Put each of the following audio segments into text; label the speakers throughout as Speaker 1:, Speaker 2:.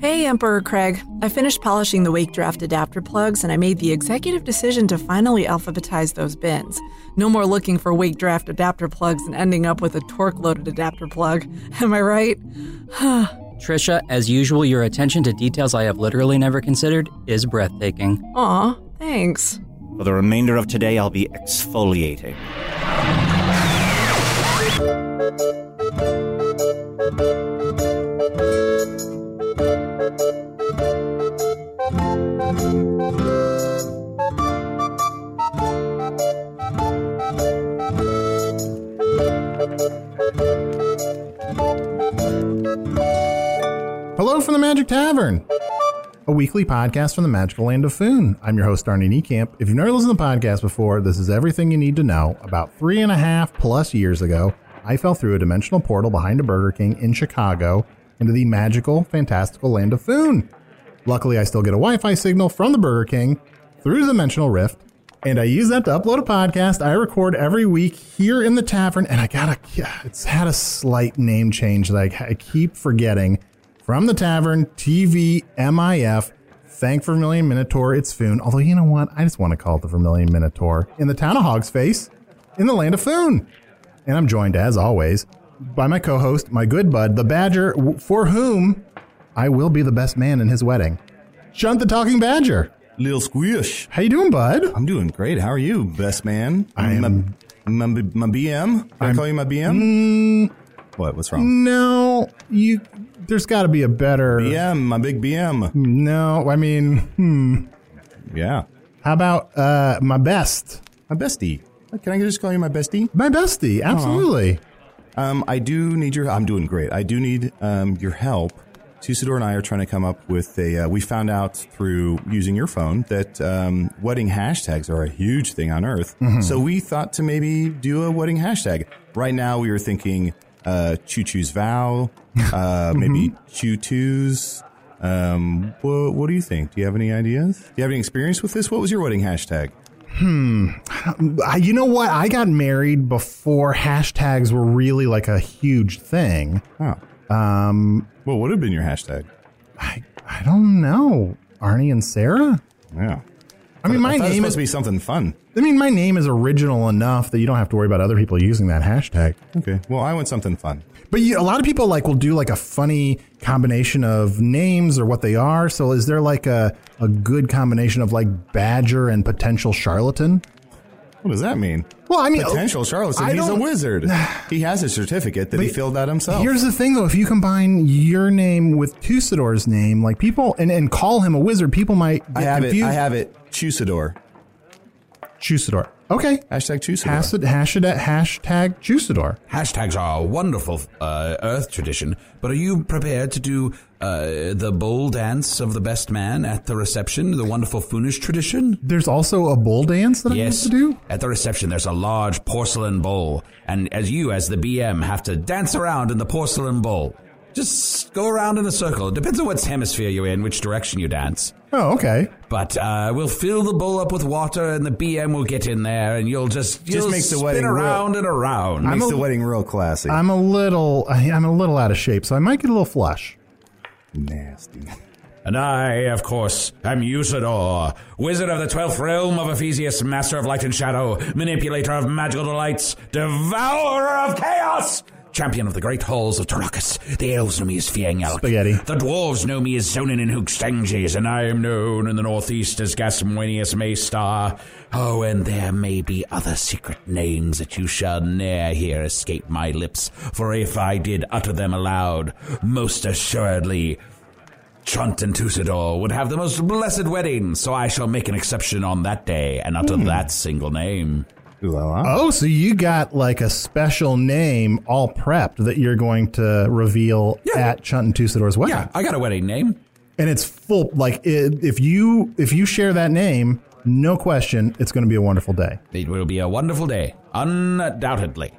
Speaker 1: Hey, Emperor Craig. I finished polishing the Wake Draft adapter plugs and I made the executive decision to finally alphabetize those bins. No more looking for Wake Draft adapter plugs and ending up with a torque loaded adapter plug. Am I right?
Speaker 2: Trisha, as usual, your attention to details I have literally never considered is breathtaking.
Speaker 1: Aw, thanks.
Speaker 3: For the remainder of today, I'll be exfoliating.
Speaker 4: Hello from the Magic Tavern, a weekly podcast from the magical land of Foon. I'm your host, Arnie Niekamp. If you've never listened to the podcast before, this is everything you need to know. About three and a half plus years ago, I fell through a dimensional portal behind a Burger King in Chicago into the magical, fantastical land of Foon. Luckily, I still get a Wi Fi signal from the Burger King through the Dimensional Rift, and I use that to upload a podcast I record every week here in the tavern. And I gotta, it's had a slight name change that I, I keep forgetting. From the tavern, TV, MIF, thank Vermilion Minotaur, it's Foon. Although, you know what? I just want to call it the Vermilion Minotaur. In the town of Hog's Face, in the land of Foon. And I'm joined, as always, by my co host, my good bud, the Badger, w- for whom I will be the best man in his wedding. Shunt the Talking Badger.
Speaker 5: Lil Squish.
Speaker 4: How you doing, bud?
Speaker 5: I'm doing great. How are you, best man?
Speaker 4: I'm-
Speaker 5: my, my, my BM. Can i call you my BM? what? What's
Speaker 4: Mm.
Speaker 5: wrong?
Speaker 4: No, you. There's got to be a better.
Speaker 5: BM, my big BM.
Speaker 4: No, I mean, hmm.
Speaker 5: Yeah,
Speaker 4: How about uh, my best,
Speaker 5: my bestie. Can I just call you my bestie?
Speaker 4: my bestie? Absolutely.
Speaker 5: Um, I do need your. I'm doing great. I do need um your help. Tusador and I are trying to come up with a. Uh, we found out through using your phone that um, wedding hashtags are a huge thing on Earth.
Speaker 4: Mm-hmm.
Speaker 5: So we thought to maybe do a wedding hashtag. Right now, we were thinking uh, Choo Choo's vow, uh, maybe
Speaker 4: Mm-hmm.
Speaker 5: Choo Choo's. Um, what, what do you think? Do you have any ideas? Do you have any experience with this? What was your wedding hashtag?
Speaker 4: I, you know what? I got married before hashtags were really like a huge thing.
Speaker 5: Oh,
Speaker 4: Um,
Speaker 5: what would have been your hashtag?
Speaker 4: I I don't know. Arnie and Sarah.
Speaker 5: Yeah,
Speaker 4: I mean, my
Speaker 5: I thought it was
Speaker 4: name
Speaker 5: supposed
Speaker 4: is.
Speaker 5: to be something fun.
Speaker 4: I mean, my name is original enough that you don't have to worry about other people using that hashtag.
Speaker 5: Okay. Well, I want something fun.
Speaker 4: But you, a lot of people like will do like a funny combination of names or what they are. So is there like a, a good combination of like badger and potential charlatan?
Speaker 5: What does that mean?
Speaker 4: Well, I mean,
Speaker 5: Potential charlatan.
Speaker 4: I
Speaker 5: He's a
Speaker 4: don't-
Speaker 5: wizard. he has a certificate that he
Speaker 4: But
Speaker 5: filled out himself.
Speaker 4: Here's the thing, though: if you combine your name with Tusador's name, like people and, and call him a wizard, people might get
Speaker 5: I have
Speaker 4: confused.
Speaker 5: it. I have it. Chusador.
Speaker 4: Tusador. Okay.
Speaker 5: Hashtag
Speaker 4: Hashtag
Speaker 5: Chusador.
Speaker 4: hashtag, hashtag Tusador.
Speaker 6: Hashtags are a wonderful uh, Earth tradition, but are you prepared to do uh, the bowl dance of the best man at the reception, the wonderful Foonish tradition?
Speaker 4: There's also a bull dance that
Speaker 6: yes.
Speaker 4: I have to do.
Speaker 6: At the reception, there's a large porcelain bowl, and as you, as the BM, have to dance around in the porcelain bowl. Just go around in a circle. It depends on what hemisphere you're in, which direction you dance.
Speaker 4: Oh, okay.
Speaker 6: But uh, we'll fill the bowl up with water, and the BM will get in there, and you'll just
Speaker 5: Just
Speaker 6: you'll
Speaker 5: makes the
Speaker 6: spin
Speaker 5: wedding real-
Speaker 6: around and around.
Speaker 5: Makes
Speaker 4: a-
Speaker 5: the wedding real classy.
Speaker 4: I'm a little I, I'm a little out of shape, so I might get a little flush.
Speaker 5: Nasty.
Speaker 6: And I, of course, am Usador, wizard of the twelfth realm of Ephesius, master of light and shadow, manipulator of magical delights, devourer of chaos, champion of the great halls of Tarakas. The elves know me as Fiengelk.
Speaker 4: Spaghetti.
Speaker 6: The dwarves know me as Zonin and Hookstanges, and I am known in the northeast as Gasmoenius Maystar. Oh, and there may be other secret names that you shall ne'er hear escape my lips, for if I did utter them aloud, most assuredly Chunt and Tusador would have the most blessed wedding, so I shall make an exception on that day and utter that single name.
Speaker 5: Ooh la la.
Speaker 4: Oh, so you got like a special name all prepped that you're going to reveal
Speaker 6: Yeah.
Speaker 4: at Chunt and Tusador's wedding.
Speaker 6: Yeah, I got a wedding name.
Speaker 4: And it's full like it, if you if you share that name, no question, it's going to be a wonderful day.
Speaker 6: It will be a wonderful day, undoubtedly.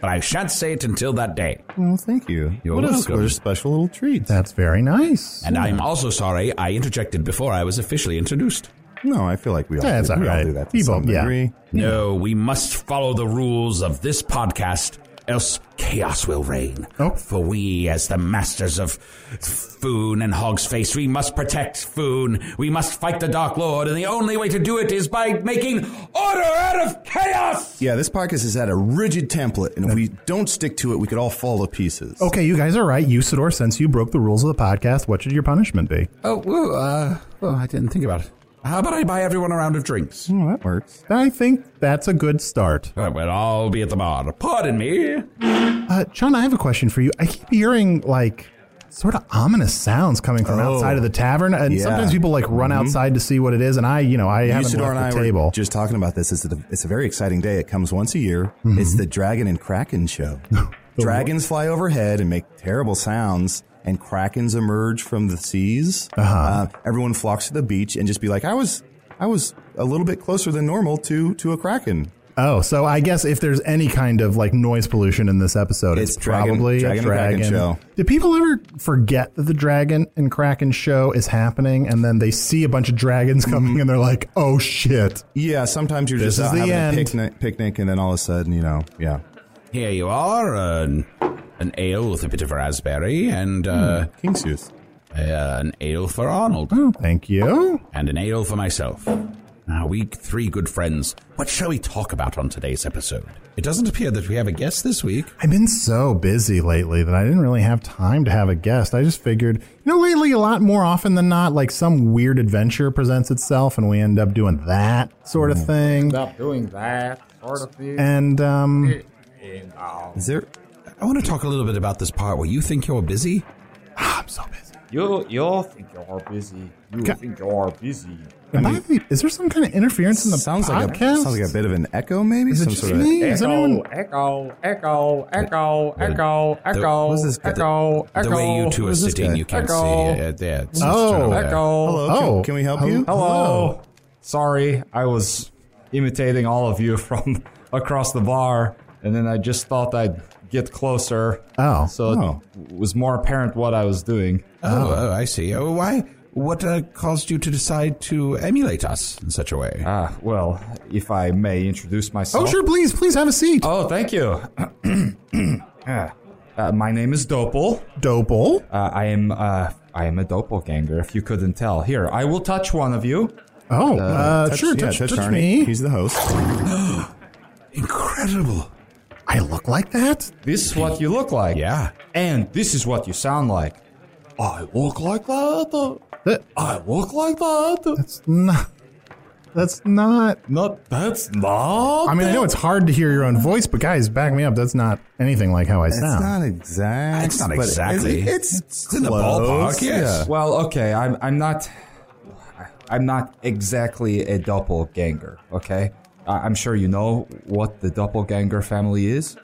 Speaker 6: But I shan't say it until that day.
Speaker 5: Well, thank you.
Speaker 6: You're
Speaker 5: what else
Speaker 6: welcome.
Speaker 5: were there special little treats?
Speaker 4: That's very nice.
Speaker 6: And I'm also sorry I interjected before I was officially introduced.
Speaker 5: No, I feel like we all,
Speaker 4: Yeah, it's
Speaker 5: do, we
Speaker 4: all right.
Speaker 5: all do that to
Speaker 4: People,
Speaker 5: some
Speaker 4: yeah.
Speaker 5: degree.
Speaker 6: No, we must follow the rules of this podcast, else chaos will reign.
Speaker 4: Oh.
Speaker 6: For we, as the masters of Foon and Hog's Face, we must protect Foon. We must fight the Dark Lord, and the only way to do it is by making order out of chaos!
Speaker 5: Yeah, this podcast is at a rigid template, and if we don't stick to it, we could all fall to pieces.
Speaker 4: Okay, you guys are right. Usador, since you broke the rules of the podcast, what should your punishment be?
Speaker 6: Oh, whoa, uh, well, I didn't think about it. Hmm. How about Uh, I buy everyone a round of drinks?
Speaker 5: Well, that works.
Speaker 4: I think that's a good start.
Speaker 6: Uh, We'll all be at the bar. Pardon me.
Speaker 4: Uh, John, I have a question for you. I keep hearing like sort of ominous sounds coming from
Speaker 5: Oh.
Speaker 4: outside of the tavern, and
Speaker 5: Yeah.
Speaker 4: sometimes people like run outside to see what it is. And I, you know, I haven't
Speaker 5: Usador and
Speaker 4: left
Speaker 5: I
Speaker 4: the table.
Speaker 5: were just talking about this. It's a, it's a very exciting day. It comes once a year.
Speaker 4: Mm-hmm.
Speaker 5: It's the Dragon and Kraken show. Dragons fly overhead and make terrible sounds, and krakens emerge from the seas. Uh-huh. everyone flocks to the beach and just be like, "I was, I was a little bit closer than normal to to a kraken."
Speaker 4: oh, so I guess if there's any kind of like noise pollution in this episode, it's,
Speaker 5: It's Dragon-
Speaker 4: probably
Speaker 5: Dragon
Speaker 4: a
Speaker 5: and
Speaker 4: dragon.
Speaker 5: Kraken show.
Speaker 4: Do people ever forget that the Dragon and Kraken show is happening, and then they see a bunch of dragons
Speaker 5: Mm-hmm.
Speaker 4: coming, and they're like, "Oh shit!"
Speaker 5: Yeah, sometimes you're
Speaker 4: This
Speaker 5: just
Speaker 4: is
Speaker 5: out
Speaker 4: the
Speaker 5: having
Speaker 4: end.
Speaker 5: a picnic, picnic, and then all of a sudden, you know, yeah,
Speaker 6: Here you are, an, an ale with a bit of raspberry, and uh,
Speaker 5: King's Youth.
Speaker 6: uh, an ale for Arnold.
Speaker 4: Thank you.
Speaker 6: and an ale for myself. Now, we three good friends, what shall we talk about on today's episode? It doesn't appear that we have a guest this week.
Speaker 4: I've been so busy lately that I didn't really have time to have a guest. I just figured, you know, lately a lot more often than not, like some weird adventure presents itself and we end up doing that sort
Speaker 5: Mm.
Speaker 4: of thing.
Speaker 7: Stop doing that sort of thing.
Speaker 4: And um,
Speaker 5: Is there?
Speaker 6: I want to talk a little bit about this part where you think you're busy.
Speaker 4: I'm so busy.
Speaker 7: You you think you're busy. You
Speaker 4: Ca-
Speaker 7: think you're busy.
Speaker 4: Am I the- is there some kind of interference in the
Speaker 5: sounds like a
Speaker 4: podcast?
Speaker 5: sounds like a bit of an echo, maybe
Speaker 4: Is it
Speaker 5: some
Speaker 4: just
Speaker 5: sort of
Speaker 4: me? Is
Speaker 7: Echo,
Speaker 4: anyone?
Speaker 7: echo, echo, echo, echo,
Speaker 5: what
Speaker 7: echo,
Speaker 5: is this guy-
Speaker 7: echo,
Speaker 6: The way you two
Speaker 7: echo.
Speaker 6: are
Speaker 5: is this
Speaker 6: sitting,
Speaker 5: guy?
Speaker 6: you can't
Speaker 7: Echo.
Speaker 6: see. Uh, there, it's
Speaker 4: Oh.
Speaker 6: just turned away.
Speaker 7: Echo.
Speaker 5: Hello, can-
Speaker 4: Oh.
Speaker 5: can, we help you?
Speaker 7: Hello. Sorry, I was imitating all of you from across the bar, and then I just thought I'd get closer.
Speaker 4: Oh.
Speaker 7: So
Speaker 5: Oh.
Speaker 7: it was more apparent what I was doing.
Speaker 6: Oh, oh, I see. Oh, why? What uh, caused you to decide to emulate us in such a way?
Speaker 7: Ah, well, if I may introduce myself.
Speaker 4: Oh, sure, please, please have a seat.
Speaker 7: Oh, thank you. Ah, uh, my name is Doppel.
Speaker 4: Doble.
Speaker 7: Uh, I am uh, I am a doppelganger. If you couldn't tell, here I will touch one of you.
Speaker 4: Oh, uh, sure,
Speaker 5: yeah,
Speaker 4: touch, touch,
Speaker 5: Arnie.
Speaker 4: me.
Speaker 5: He's the host.
Speaker 6: Incredible.
Speaker 4: I look like that?
Speaker 7: This is what you look like.
Speaker 6: Yeah.
Speaker 7: And this is what you sound like. I look like that.
Speaker 4: That-
Speaker 7: I look like that.
Speaker 4: That's not. That's not.
Speaker 7: Not that's not.
Speaker 5: Oh,
Speaker 4: I mean, I know it's hard to hear your own voice, but guys, back me up. That's not anything like how I
Speaker 5: It's
Speaker 4: sound.
Speaker 5: not exact.
Speaker 6: It's not
Speaker 5: but it-
Speaker 6: exactly.
Speaker 5: It's,
Speaker 6: It's in the ballpark, yes.
Speaker 7: Well, okay. I'm I'm not. I'm not exactly a doppelganger. Okay. I- I'm sure you know what the doppelganger family is.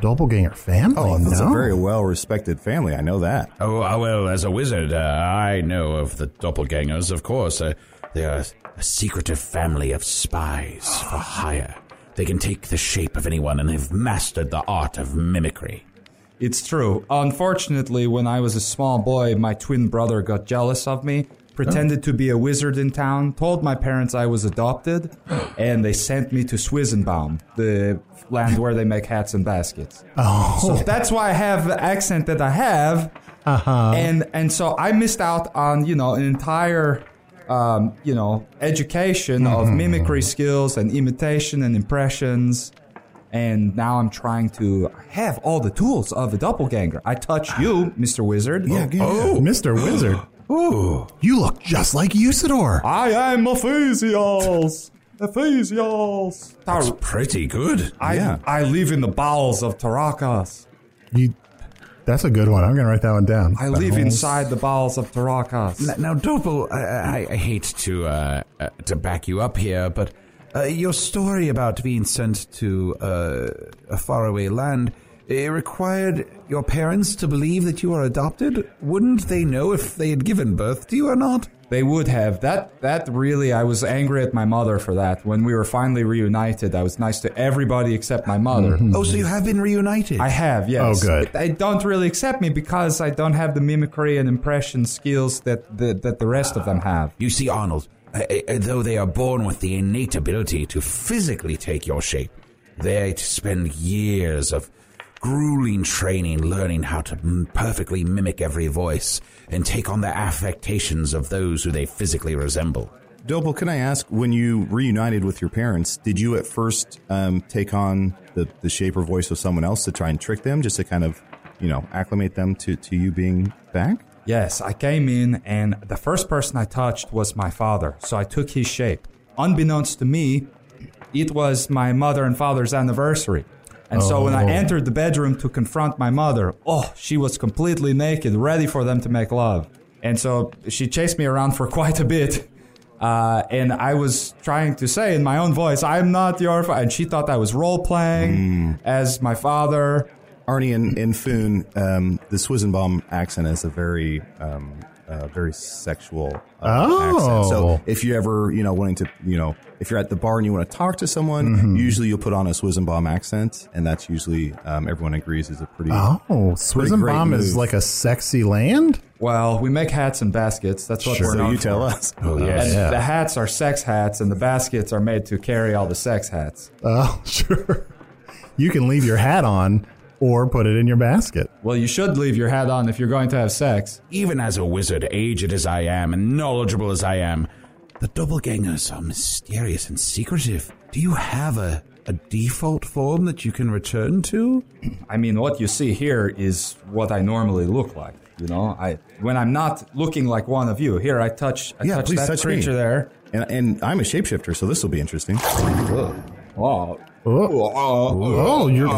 Speaker 4: Doppelganger family?
Speaker 5: Oh, it's
Speaker 4: no.
Speaker 5: a very well-respected family. I know that.
Speaker 6: Oh, uh, well, as a wizard, uh, I know of the doppelgangers, of course. Uh, they are a secretive family of spies for hire. They can take the shape of anyone, and they've mastered the art of mimicry.
Speaker 7: It's true. Unfortunately, when I was a small boy, my twin brother got jealous of me, pretended to be a wizard in town, told my parents I was adopted, and they sent me to Swissenbaum, the land where they make hats and baskets.
Speaker 4: Oh.
Speaker 7: So that's why I have the accent that I have. Uh-huh. And and so I missed out on, you know, an entire um, you know, education of
Speaker 5: Mm-hmm.
Speaker 7: mimicry skills and imitation and impressions. And now I'm trying to have all the tools of a doppelganger. I touch you, Mr. Wizard. oh,
Speaker 5: Yeah, yeah.
Speaker 6: Oh,
Speaker 4: Mr. Wizard. Ooh. You look just like Usador.
Speaker 7: I am Ephesios. Ephesios.
Speaker 6: That's
Speaker 7: Tar-
Speaker 6: pretty good.
Speaker 7: I,
Speaker 5: yeah.
Speaker 7: I live in the bowels of Tarakas.
Speaker 4: You, that's a good one. I'm going to write that one down.
Speaker 7: I live inside the bowels of
Speaker 5: Mm-hmm.
Speaker 7: Tarakas.
Speaker 6: Now, Doppel, I, I, I hate to uh, uh, to back you up here, but uh, your story about being sent to uh, a faraway land it required your parents to believe that you are adopted. Wouldn't they know if they had given birth to you or not?
Speaker 7: They would have. That that really I was angry at my mother for that. When we were finally reunited, I was nice to everybody except my mother.
Speaker 6: Oh, so you have been reunited.
Speaker 7: I have, yes.
Speaker 4: Oh, good.
Speaker 7: But They don't really accept me because I don't have the mimicry and impression skills that the, that the rest of them have.
Speaker 6: You see, Arnold, uh, uh, though they are born with the innate ability to physically take your shape, they spend years of grueling training learning how to m- perfectly mimic every voice and take on the affectations of those who they physically resemble.
Speaker 5: Doble, can I ask, when you reunited with your parents, did you at first um, take on the, the shape or voice of someone else to try and trick them, just to kind of, you know, acclimate them to, to you being back?
Speaker 7: Yes, I came in and the first person I touched was my father, so I took his shape. Unbeknownst to me, it was my mother and father's anniversary. And so when I
Speaker 4: Oh.
Speaker 7: entered the bedroom to confront my mother, oh, she was completely naked, ready for them to make love. And so she chased me around for quite a bit. Uh, and I was trying to say in my own voice, I'm not your father. And she thought I was role playing as my father.
Speaker 5: Mm. Arnie and, and Foon, um, the Swizenbaum accent is a very, um, uh, very sexual uh,
Speaker 4: Oh.
Speaker 5: accent. So if you're ever, you know, wanting to, you know, if you're at the bar and you want to talk to someone,
Speaker 4: Mm-hmm.
Speaker 5: usually you'll put on a Swizenbaum accent, and that's usually um, everyone agrees is a pretty.
Speaker 4: Oh,
Speaker 5: pretty great
Speaker 4: Swizenbaum is
Speaker 5: move.
Speaker 4: like a sexy land?
Speaker 7: Well, we make hats and baskets. That's what
Speaker 5: Sure.
Speaker 7: we're known
Speaker 5: So you
Speaker 7: for.
Speaker 5: tell us.
Speaker 4: Oh,
Speaker 7: And the hats are sex hats, and the baskets are made to carry all the sex hats.
Speaker 4: Oh, sure. You can leave your hat on or put it in your basket.
Speaker 7: Well, you should leave your hat on if you're going to have sex.
Speaker 6: Even as a wizard, aged as I am and knowledgeable as I am, the doppelgangers are mysterious and secretive. Do you have a, a default form that you can return to?
Speaker 7: I mean, what you see here is what I normally look like. You know, I when I'm not looking like one of you. Here, I touch, I
Speaker 5: Yeah,
Speaker 7: touch
Speaker 5: please
Speaker 7: that
Speaker 5: touch me.
Speaker 7: creature there.
Speaker 5: And, and I'm a shapeshifter, so this will be interesting.
Speaker 7: Oh,
Speaker 4: Oh, oh you're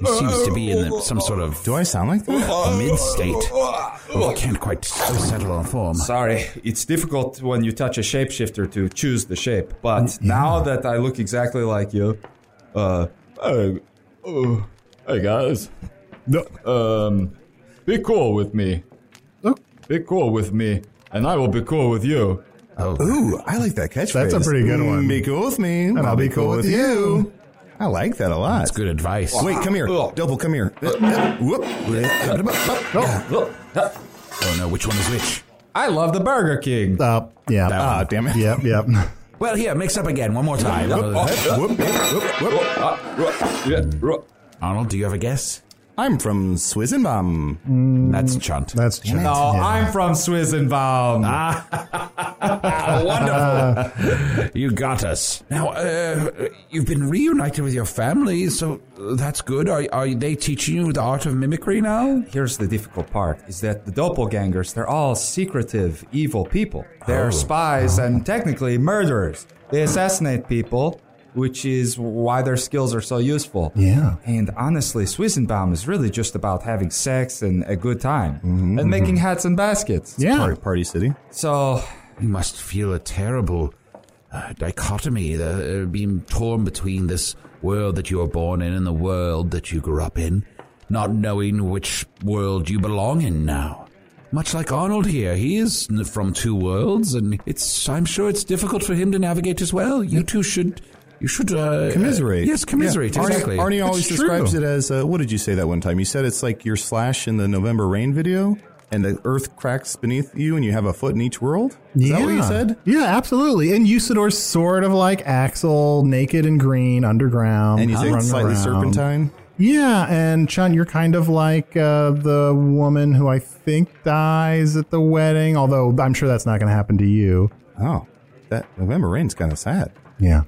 Speaker 6: He seems to be in the, some sort of
Speaker 5: Do I sound like that?
Speaker 6: mid state. can't quite s- settle on form.
Speaker 7: sorry. It's difficult when you touch a shapeshifter to choose the shape. But now that I look exactly like you, uh, hey, oh, hey guys,
Speaker 4: No.
Speaker 7: um, be cool with me.
Speaker 4: Oh,
Speaker 7: Be cool with me, and I will be cool with you.
Speaker 6: Oh,
Speaker 5: Ooh, I like that catchphrase.
Speaker 4: That's a pretty good
Speaker 5: Mm,
Speaker 4: one.
Speaker 5: Be cool with me, and
Speaker 4: I'll be cool with you.
Speaker 5: I like that a lot.
Speaker 6: That's good advice.
Speaker 5: Wait, come here.
Speaker 7: Ugh.
Speaker 5: Double, come here. Whoop.
Speaker 6: Oh no, which one is which?
Speaker 7: I love the Burger King.
Speaker 4: uh, yeah.
Speaker 5: Ah, damn it.
Speaker 4: Yep, yep.
Speaker 6: Well, here, mix up again one more time.
Speaker 5: Whoop, whoop, whoop.
Speaker 6: Arnold, do you have a guess?
Speaker 5: I'm from Swizenbaum.
Speaker 6: That's Chunt.
Speaker 4: That's just,
Speaker 7: No, I'm from Swissenbaum.
Speaker 6: You got us. Now, uh, you've been reunited with your family, so uh, that's good. Are, are they teaching you the art of mimicry now?
Speaker 7: Here's the difficult part: is that the doppelgangers, they're all secretive, evil people. They're spies and technically murderers. They assassinate people, which is why their skills are so useful.
Speaker 4: Yeah.
Speaker 7: And honestly, Swissenbaum is really just about having sex and a good time
Speaker 6: Mm.
Speaker 7: and making hats and baskets.
Speaker 4: yeah.
Speaker 5: Party, party City.
Speaker 7: So
Speaker 6: You must feel a terrible uh, dichotomy, uh, being torn between this world that you were born in and the world that you grew up in, not knowing which world you belong in now. Much like Arnold here, he is n- from two worlds, and it's—I'm sure it's difficult for him to navigate as well. You two should You should uh,
Speaker 5: commiserate.
Speaker 6: Yes, commiserate.
Speaker 5: Yeah. Arnie,
Speaker 6: Exactly.
Speaker 5: Arnie always
Speaker 4: true.
Speaker 5: describes it as uh, what did you say that one time? You said it's like your slash in the November rain video, and the earth cracks beneath you, and you have a foot in each world. Is that what you said?
Speaker 4: Yeah, absolutely. And Usador's sort of like Axel, naked and green, underground.
Speaker 5: And you say
Speaker 4: running
Speaker 5: it's slightly
Speaker 4: around.
Speaker 5: serpentine.
Speaker 4: Yeah, and Chun, you're kind of like uh, the woman who I think dies at the wedding, although I'm sure that's not going to happen to you.
Speaker 5: Oh, that November rain's kind of sad.
Speaker 4: Yeah.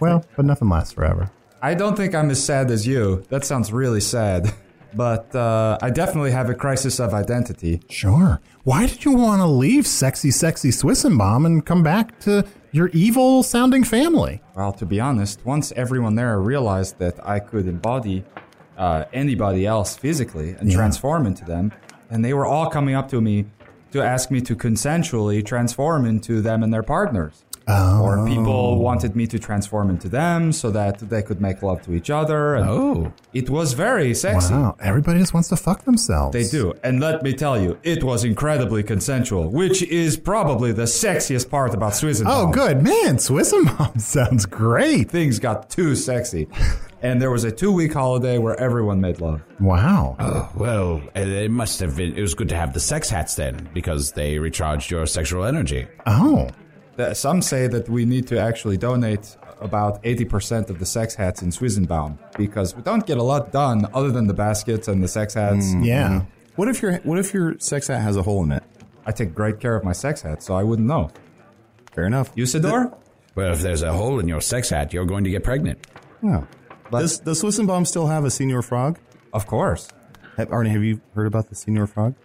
Speaker 4: Well, but nothing lasts forever.
Speaker 7: I don't think I'm as sad as you. That sounds really sad. But uh, I definitely have a crisis of identity.
Speaker 4: Sure. Why did you want to leave sexy, sexy Swissenbaum and come back to your evil sounding family?
Speaker 7: Well, to be honest, once everyone there realized that I could embody uh, anybody else physically and
Speaker 4: Yeah.
Speaker 7: transform into them, and they were all coming up to me to ask me to consensually transform into them and their partners.
Speaker 6: Oh.
Speaker 7: Or people wanted me to transform into them so that they could make love to each other. And
Speaker 6: Oh.
Speaker 7: It was very sexy.
Speaker 4: Wow. Everybody just wants to fuck themselves.
Speaker 7: They do. And let me tell you, it was incredibly consensual, which is probably the sexiest part about Swiss and
Speaker 4: Oh,
Speaker 7: Bomb.
Speaker 4: good. Man, Swissenbaum sounds great.
Speaker 7: Things got too sexy. and there was a two week holiday where everyone made love.
Speaker 4: Wow.
Speaker 6: Well, uh, it must have been. It was good to have the sex hats then, because they recharged your sexual energy.
Speaker 4: Oh.
Speaker 7: Uh, Some say that we need to actually donate about 80% of the sex hats in Swissenbaum because we don't get a lot done other than the baskets and the sex hats.
Speaker 4: Yeah.
Speaker 5: What if your What if your sex hat has a hole in it?
Speaker 7: I take great care of my sex hats, so I wouldn't know.
Speaker 5: Fair enough.
Speaker 7: Usador?
Speaker 6: Well, if there's a hole in your sex hat, you're going to get pregnant.
Speaker 5: Oh. Does Does Swissenbaum still have a senior frog?
Speaker 7: Of course.
Speaker 5: Have, Arnie, have you heard about the senior frog?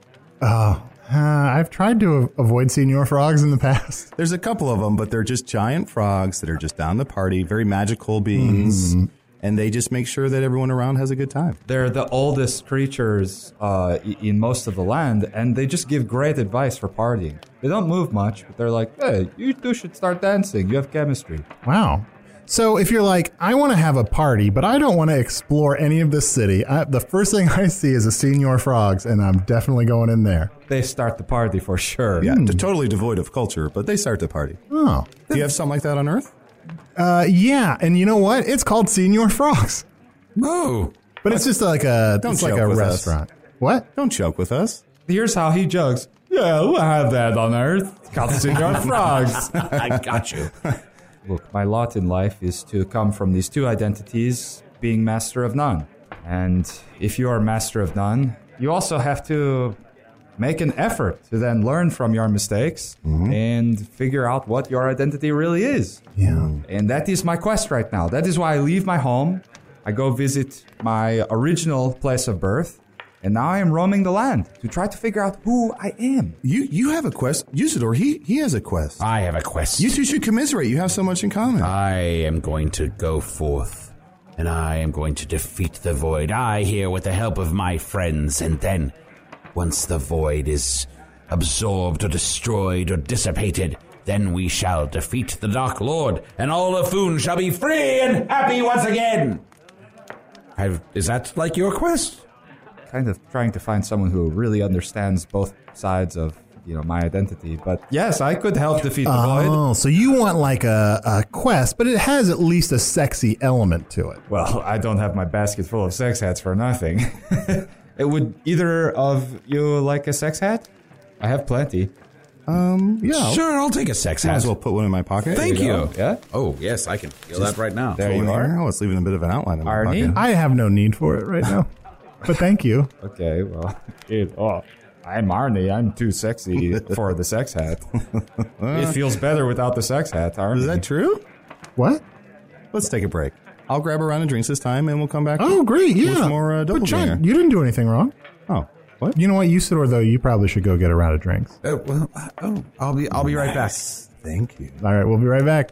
Speaker 4: Uh, I've tried to a- avoid senior frogs in the past.
Speaker 5: There's a couple of them, but they're just giant frogs that are just down the party, very magical beings, and they just make sure that everyone around has a good time.
Speaker 7: Hmm. They're the oldest creatures uh, i- in most of the land, and they just give great advice for partying. They don't move much, but they're like, hey, you two should start dancing. You have chemistry.
Speaker 4: Wow. So if you're like, I want to have a party, but I don't want to explore any of this city, I, the first thing I see is a senior frogs, and I'm definitely going in there.
Speaker 7: They start the party for sure.
Speaker 5: Yeah, they're totally devoid of culture, but they start the party.
Speaker 4: Oh.
Speaker 5: Do you have something like that on Earth?
Speaker 4: Uh, yeah, and you know what? It's called senior frogs,
Speaker 6: Whoa!
Speaker 4: but it's just like a
Speaker 5: Don't
Speaker 4: it's like
Speaker 5: joke
Speaker 4: a
Speaker 5: with us.
Speaker 4: restaurant. What?
Speaker 5: Don't joke with us.
Speaker 7: Here's how he jokes. Yeah, we'll have that on Earth. Cutting your frogs.
Speaker 6: I got you.
Speaker 7: Look, my lot in life is to come from these two identities, being master of none. And if you are master of none, you also have to make an effort to then learn from your mistakes
Speaker 5: Mm-hmm.
Speaker 7: and figure out what your identity really is.
Speaker 4: Yeah.
Speaker 7: And that is my quest right now. That is why I leave my home. I go visit my original place of birth. And now I am roaming the land to try to figure out who I am. Ah.
Speaker 5: You you have a quest. Usador, he he has a quest.
Speaker 6: I have a quest.
Speaker 5: You two should commiserate. You have so much in common.
Speaker 6: I am going to go forth, and I am going to defeat the void. I here with the help of my friends, and then, once the void is absorbed or destroyed or dissipated, then we shall defeat the Dark Lord, and all of Foon shall be free and happy once again. I've, is that like your quest?
Speaker 7: kind of trying to find someone who really understands both sides of you know my identity. But yes, I could help defeat the void.
Speaker 4: Oh, so you want like a, a quest, but it has at least a sexy element to it.
Speaker 7: Well, I don't have my basket full of sex hats for nothing. it would either of you like a sex hat? I have plenty.
Speaker 5: Um, yeah.
Speaker 6: Sure, I'll take a sex
Speaker 5: Might
Speaker 6: hat.
Speaker 5: as well put one in my pocket.
Speaker 6: Thank
Speaker 5: There
Speaker 6: you.
Speaker 5: go.
Speaker 7: Yeah.
Speaker 6: Oh yes, I can feel that right now.
Speaker 7: There you
Speaker 5: One here.
Speaker 7: are.
Speaker 5: Oh, it's leaving a bit of an outline in my
Speaker 7: Arnie?
Speaker 5: pocket.
Speaker 4: I have no need for it right now, but thank you.
Speaker 7: Okay. Well, it, oh, I'm Arnie. I'm too sexy for the sex hat. it feels better without the sex hat, Arnie.
Speaker 5: Is that true?
Speaker 4: What?
Speaker 5: Let's take a break. I'll grab a round of drinks this time, and we'll come back.
Speaker 4: Oh, great! Yeah,
Speaker 5: With more uh, double
Speaker 4: but John,
Speaker 5: dinger.
Speaker 4: you didn't do anything wrong.
Speaker 5: Oh, what?
Speaker 4: You know what, Usador? Though you probably should go get a round of drinks.
Speaker 6: Oh, well,
Speaker 7: uh,
Speaker 6: oh, I'll be I'll be right back.
Speaker 5: Thank you.
Speaker 4: All right, we'll be right back.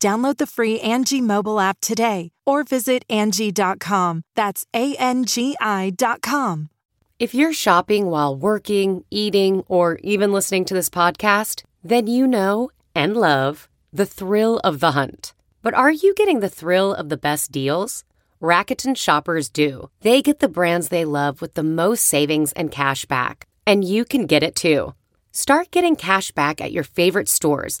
Speaker 8: download the free Angie mobile app today or visit Angie.com. That's A N G I dot com.
Speaker 9: If you're shopping while working, eating, or even listening to this podcast, then you know and love the thrill of the hunt. But are you getting the thrill of the best deals? Rakuten shoppers do. They get the brands they love with the most savings and cash back. And you can get it too. Start getting cash back at your favorite stores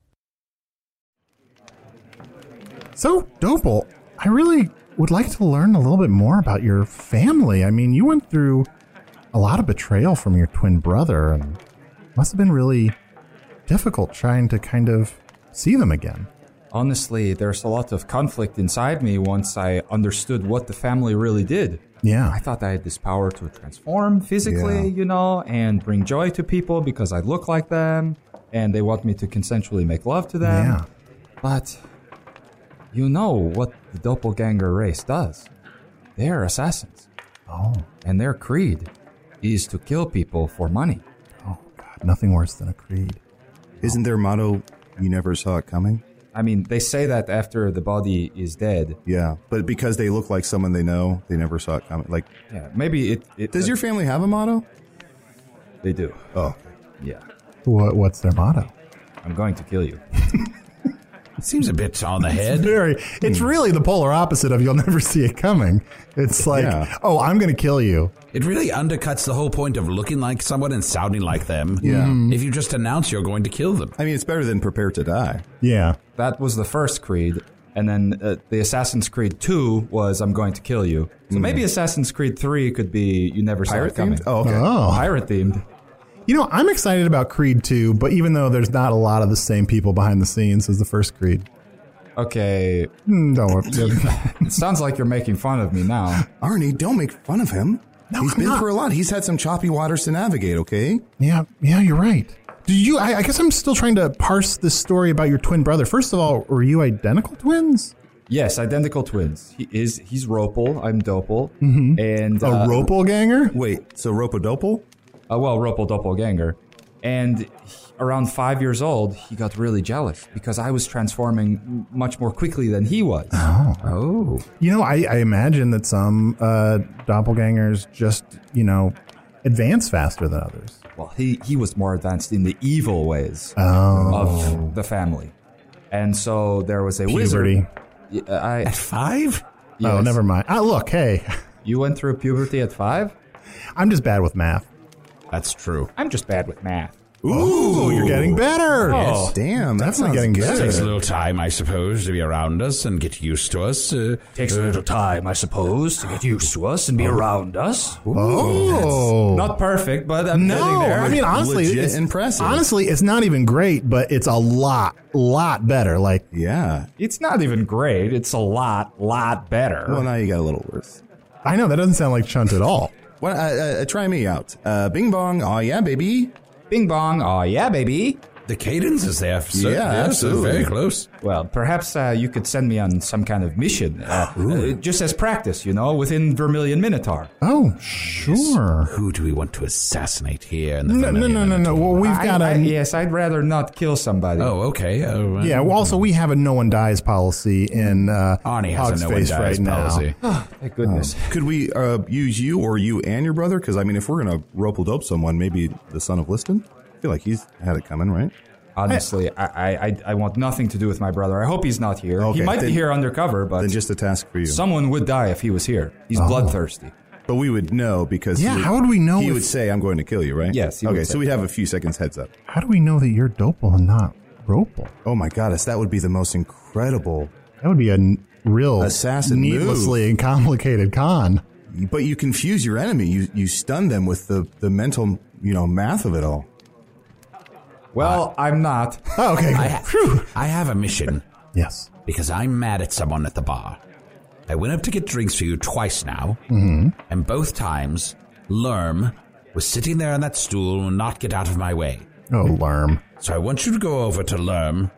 Speaker 4: So, Doppel, I really would like to learn a little bit more about your family. I mean, you went through a lot of betrayal from your twin brother, and it must have been really difficult trying to kind of see them again.
Speaker 7: Honestly, there's a lot of conflict inside me once I understood what the family really did.
Speaker 4: Yeah.
Speaker 7: I thought I had this power to transform physically, you know, and bring joy to people because I look like them and they want me to consensually make love to them.
Speaker 4: Yeah.
Speaker 7: But you know what the doppelganger race does. They're assassins.
Speaker 4: Oh.
Speaker 7: And their creed is to kill people for money.
Speaker 4: oh, Nothing worse than a creed.
Speaker 5: Isn't their motto, you never saw it coming?
Speaker 7: I mean, they say that after the body is dead.
Speaker 5: Yeah, but because they look like someone they know, they never saw it coming. Like,
Speaker 7: yeah, maybe it. it
Speaker 5: Does your family have a motto?
Speaker 7: They do.
Speaker 5: Oh,
Speaker 7: yeah.
Speaker 4: What, what's their motto?
Speaker 7: I'm going to kill you.
Speaker 6: Seems a bit on the
Speaker 4: It's
Speaker 6: head.
Speaker 4: very. It's
Speaker 5: Hmm.
Speaker 4: really the polar opposite of "you'll never see it coming." It's like,
Speaker 6: Yeah.
Speaker 4: oh, I'm going to kill you.
Speaker 6: It really undercuts the whole point of looking like someone and sounding like them.
Speaker 4: Yeah. Mhm.
Speaker 6: If you just announce you're going to kill them.
Speaker 5: I mean, it's better than prepare to die.
Speaker 4: Yeah.
Speaker 7: That was the first creed. And then uh, the Assassin's Creed 2 was I'm going to kill you. So
Speaker 5: Hmm.
Speaker 4: Mm.
Speaker 7: maybe Assassin's Creed 3 could be you never
Speaker 4: Pirate
Speaker 7: saw it coming.
Speaker 4: themed? Oh, okay. Oh.
Speaker 7: Pirate themed.
Speaker 4: You know, I'm excited about Creed 2, but even though there's not a lot of the same people behind the scenes as the first Creed,
Speaker 7: Okay.
Speaker 4: Hmm, don't worry.
Speaker 7: it sounds like you're making fun of me now.
Speaker 5: Arnie, don't make fun of him. He's been through a lot. He's had some choppy waters to navigate, okay?
Speaker 4: Yeah, yeah, you're right. Do you? I, I guess I'm still trying to parse this story about your twin brother. First of all, were you identical twins?
Speaker 7: Yes, identical twins. He is he's Ropel. I'm Doppel.
Speaker 4: Mhm.
Speaker 7: And
Speaker 4: A
Speaker 5: Uh,
Speaker 4: Ropelganger?
Speaker 5: Wait, so Ropodoppel?
Speaker 7: Uh, well, Ropel Doppelganger. And he- around five years old, he got really jealous because I was transforming m- much more quickly than he was.
Speaker 4: Oh.
Speaker 7: Oh.
Speaker 4: You know, I, I imagine that some uh, doppelgangers just, you know, advance faster than others.
Speaker 7: Well, he, he was more advanced in the evil ways
Speaker 4: Oh.
Speaker 7: of the family. And so there was a
Speaker 4: Puberty.
Speaker 7: wizard. Y- I, at
Speaker 6: five?
Speaker 4: Oh, never mind. Ah, look, hey,
Speaker 7: You went through puberty at five?
Speaker 4: I'm just bad with math.
Speaker 6: That's true.
Speaker 7: I'm just bad with math.
Speaker 4: Ooh, Oh, you're getting better.
Speaker 6: Yes.
Speaker 5: Oh. Damn,
Speaker 4: that Definitely sounds getting good.
Speaker 6: It
Speaker 4: better.
Speaker 6: takes a little time, I suppose, to be around us and get used to us. Uh,
Speaker 7: Takes a little time, I suppose, to get used to us and be around us.
Speaker 4: Oh,
Speaker 7: Not perfect, but I'm getting
Speaker 4: no,
Speaker 7: there.
Speaker 4: I mean honestly,
Speaker 5: Legit
Speaker 4: it's
Speaker 5: impressive.
Speaker 4: Honestly, it's not even great, but it's a lot, lot better. Like,
Speaker 5: Yeah.
Speaker 7: It's not even great. It's a lot, lot better.
Speaker 5: Well, now you got a little worse.
Speaker 4: I know that doesn't sound like Chunt at all.
Speaker 5: Well, uh, uh, try me out. Uh, bing bong. Oh, yeah, baby.
Speaker 7: Bing bong. Oh, yeah, baby.
Speaker 6: the cadence is there. So,
Speaker 5: Yeah,
Speaker 6: so
Speaker 5: absolutely.
Speaker 6: very close.
Speaker 7: Well, perhaps uh, you could send me on some kind of mission, uh, uh, just as practice, you know, within Vermilion Minotaur.
Speaker 4: Oh, sure.
Speaker 6: Who do we want to assassinate here? In the
Speaker 4: No, no,
Speaker 6: Vermilion
Speaker 4: no, no, no. Well, we've
Speaker 7: I-
Speaker 4: got
Speaker 7: I-
Speaker 4: a
Speaker 7: yes, I'd rather not kill somebody.
Speaker 6: Oh, okay. Oh, uh,
Speaker 4: yeah. Well, also we have a no one dies policy in uh,
Speaker 6: Arnie has
Speaker 4: Hog's
Speaker 6: a no one
Speaker 4: Face
Speaker 6: dies
Speaker 4: right now.
Speaker 6: policy.
Speaker 7: Thank goodness.
Speaker 5: Could we uh, use you or you and your brother? Because, I mean, if we're going to rope dope someone, maybe the son of Liston? I feel like he's had it coming, right?
Speaker 7: Honestly, I, I, I, I want nothing to do with my brother. I hope he's not here.
Speaker 5: Okay,
Speaker 7: he might
Speaker 5: then-
Speaker 7: be here undercover, but
Speaker 5: Then just a task for you. Oh.
Speaker 7: someone would die if he was here. He's bloodthirsty.
Speaker 5: but we would know because.
Speaker 4: Yeah,
Speaker 5: he
Speaker 4: how would we know
Speaker 5: He
Speaker 4: if-
Speaker 5: would say, I'm going to kill you, right?
Speaker 7: Yes, he would
Speaker 5: Okay,
Speaker 7: say
Speaker 5: so we'd have a few seconds heads up.
Speaker 4: How do we know that you're Dopel and not Ropel?
Speaker 5: Oh, my goddess. That would be the most incredible.
Speaker 4: That would be a n- real
Speaker 5: Assassin move.
Speaker 4: needlessly and complicated con.
Speaker 5: But you confuse your enemy. You, you stun them with the, the mental, you know, math of it all.
Speaker 7: Well, I'm not.
Speaker 4: Oh, okay.
Speaker 6: I have a mission.
Speaker 4: Yes.
Speaker 6: Because I'm mad at someone at the bar. I went up to get drinks for you twice now,
Speaker 4: Mm-hmm.
Speaker 6: and both times, Lerm was sitting there on that stool and would not get out of my way.
Speaker 4: Oh, Lerm.
Speaker 6: So I want you to go over to Lerm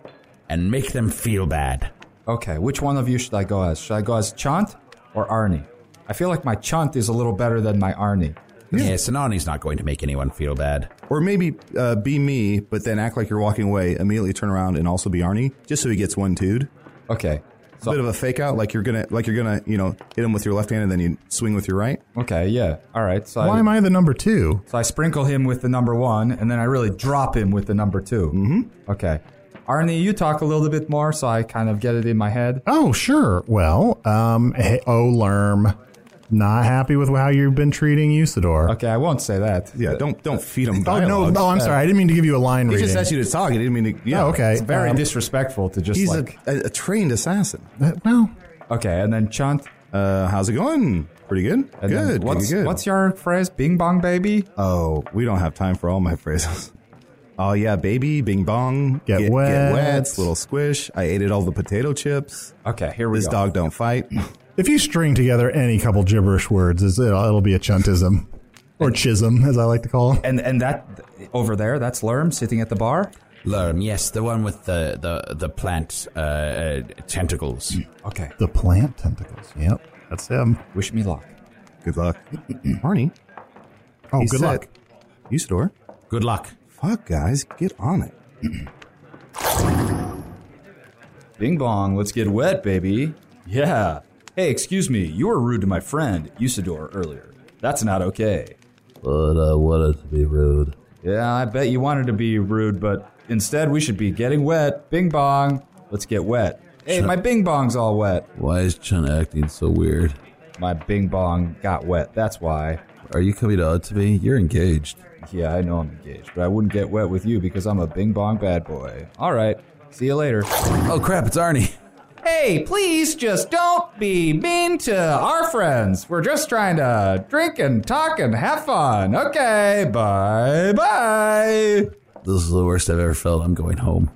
Speaker 6: and make them feel bad.
Speaker 7: Okay, which one of you should I go as? Should I go as Chant or Arnie? I feel like my Chant is a little better than my Arnie.
Speaker 6: Yes, and Arnie's not going to make anyone feel bad.
Speaker 5: Or maybe uh, be me, but then act like you're walking away, immediately turn around and also be Arnie, just so he gets one two'd.
Speaker 7: Okay.
Speaker 5: It's a bit of a fake out, like you're gonna, like you're gonna, you know, hit him with your left hand and then you swing with your right.
Speaker 7: Okay, yeah, all right. So
Speaker 4: Why
Speaker 7: I,
Speaker 4: am I the number two?
Speaker 7: So I sprinkle him with the number one, and then I really drop him with the number 2 Mm-hmm. Okay, Arnie, you talk a little bit more, so I kind of get it in my head.
Speaker 4: Oh, sure. Well, um, hey, oh, Lerm, not happy with how you've been treating Usador.
Speaker 7: Okay, I won't say that.
Speaker 5: Yeah, don't don't feed him.
Speaker 4: Oh no,
Speaker 5: dialogue.
Speaker 4: no, I'm sorry. I didn't mean to give you a line
Speaker 5: He
Speaker 4: reading.
Speaker 5: just asked you to talk. He didn't mean to. Yeah,
Speaker 4: Oh, okay.
Speaker 5: It's very
Speaker 4: Um, uh,
Speaker 7: disrespectful to just
Speaker 5: He's
Speaker 7: like.
Speaker 5: a, a trained assassin.
Speaker 4: well,
Speaker 7: okay, and then Chant.
Speaker 5: Uh, how's it going? Pretty good.
Speaker 7: And then
Speaker 5: good.
Speaker 7: what's-
Speaker 5: good.
Speaker 7: what's your phrase? Bing bong, baby.
Speaker 5: Oh, we don't have time for all my phrases. Oh yeah, baby, bing bong,
Speaker 4: Get wet.
Speaker 5: get wet, little squish. I ate it all the potato chips.
Speaker 7: Okay, here we
Speaker 5: This
Speaker 7: go.
Speaker 5: dog don't fight.
Speaker 4: If you string together any couple gibberish words, it's- it'll, it'll be a chuntism or chism, as I like to call it.
Speaker 7: And and that over there, that's Lerm sitting at the bar.
Speaker 6: Lerm, yes, the one with the the the plant uh, uh, tentacles.
Speaker 7: Okay.
Speaker 4: The plant tentacles. Yep, that's him.
Speaker 7: Wish me luck.
Speaker 5: Good luck, Arnie.
Speaker 4: Oh,
Speaker 5: he
Speaker 4: good
Speaker 5: said-
Speaker 4: luck.
Speaker 5: Usador.
Speaker 6: Good luck.
Speaker 5: Fuck, guys, get on it.
Speaker 7: Bing bong, let's get wet, baby. Yeah. Hey, excuse me, you were rude to my friend, Usador, earlier. That's not okay.
Speaker 10: But I wanted to be rude.
Speaker 7: Yeah, I bet you wanted to be rude, but instead we should be getting wet. Bing bong, let's get wet. Hey, my bing bong's all wet.
Speaker 10: Why is Chun acting so weird?
Speaker 7: My bing bong got wet, that's why.
Speaker 10: Are you coming out to me? You're engaged.
Speaker 7: Yeah, I know I'm engaged, but I wouldn't get wet with you because I'm a bing bong bad boy. All right, see you later.
Speaker 10: Oh crap, it's Arnie.
Speaker 7: Hey, please just don't be mean to our friends. We're just trying to drink and talk and have fun. Okay, bye bye.
Speaker 10: This is the worst I've ever felt. I'm going home.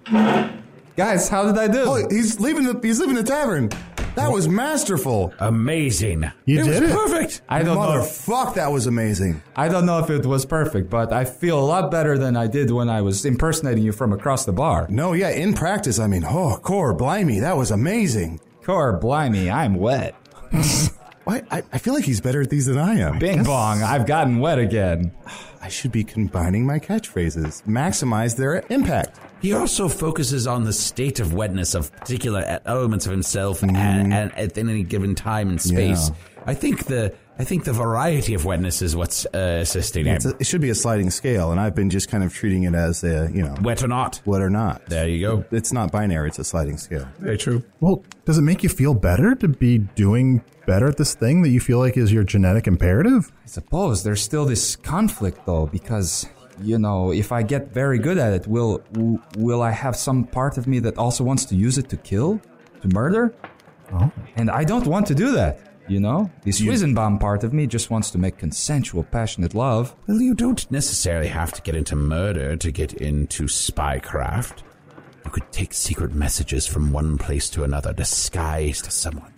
Speaker 7: Guys, how did I do?
Speaker 5: Oh, he's leaving the he's leaving the tavern. That was masterful.
Speaker 6: Amazing.
Speaker 4: You
Speaker 6: it
Speaker 4: did
Speaker 6: was
Speaker 4: it.
Speaker 6: perfect.
Speaker 7: I don't know. if-
Speaker 5: Motherfuck, that was amazing.
Speaker 7: I don't know if it was perfect, but I feel a lot better than I did when I was impersonating you from across the bar.
Speaker 5: No, yeah, in practice, I mean, oh, core, blimey, that was amazing.
Speaker 7: Cor, blimey, I'm wet.
Speaker 5: Why? I, I feel like he's better at these than I am.
Speaker 7: Bing bong, I've gotten wet again.
Speaker 5: I should be combining my catchphrases, maximize their impact.
Speaker 6: He also focuses on the state of wetness of particular e-, elements of himself
Speaker 5: Mm-hmm.
Speaker 6: and, and at any given time and space. I think the I think the variety of wetness is what's uh, assisting him.
Speaker 5: It's a, it should be a sliding scale, and I've been just kind of treating it as a, you know,
Speaker 6: Wet or not?
Speaker 5: what or not.
Speaker 6: There you go.
Speaker 5: It's not binary, it's a sliding scale.
Speaker 6: Very true.
Speaker 4: Well, does it make you feel better to be doing better at this thing that you feel like is your genetic imperative?
Speaker 7: I suppose there's still this conflict though, because you know, if I get very good at it, will w- will I have some part of me that also wants to use it to kill, to murder?
Speaker 4: Oh.
Speaker 7: And I don't want to do that. You know, this Wizenbaum part of me just wants to make consensual, passionate love.
Speaker 6: Well, you don't necessarily have to get into murder to get into spycraft. You could take secret messages from one place to another disguised as someone.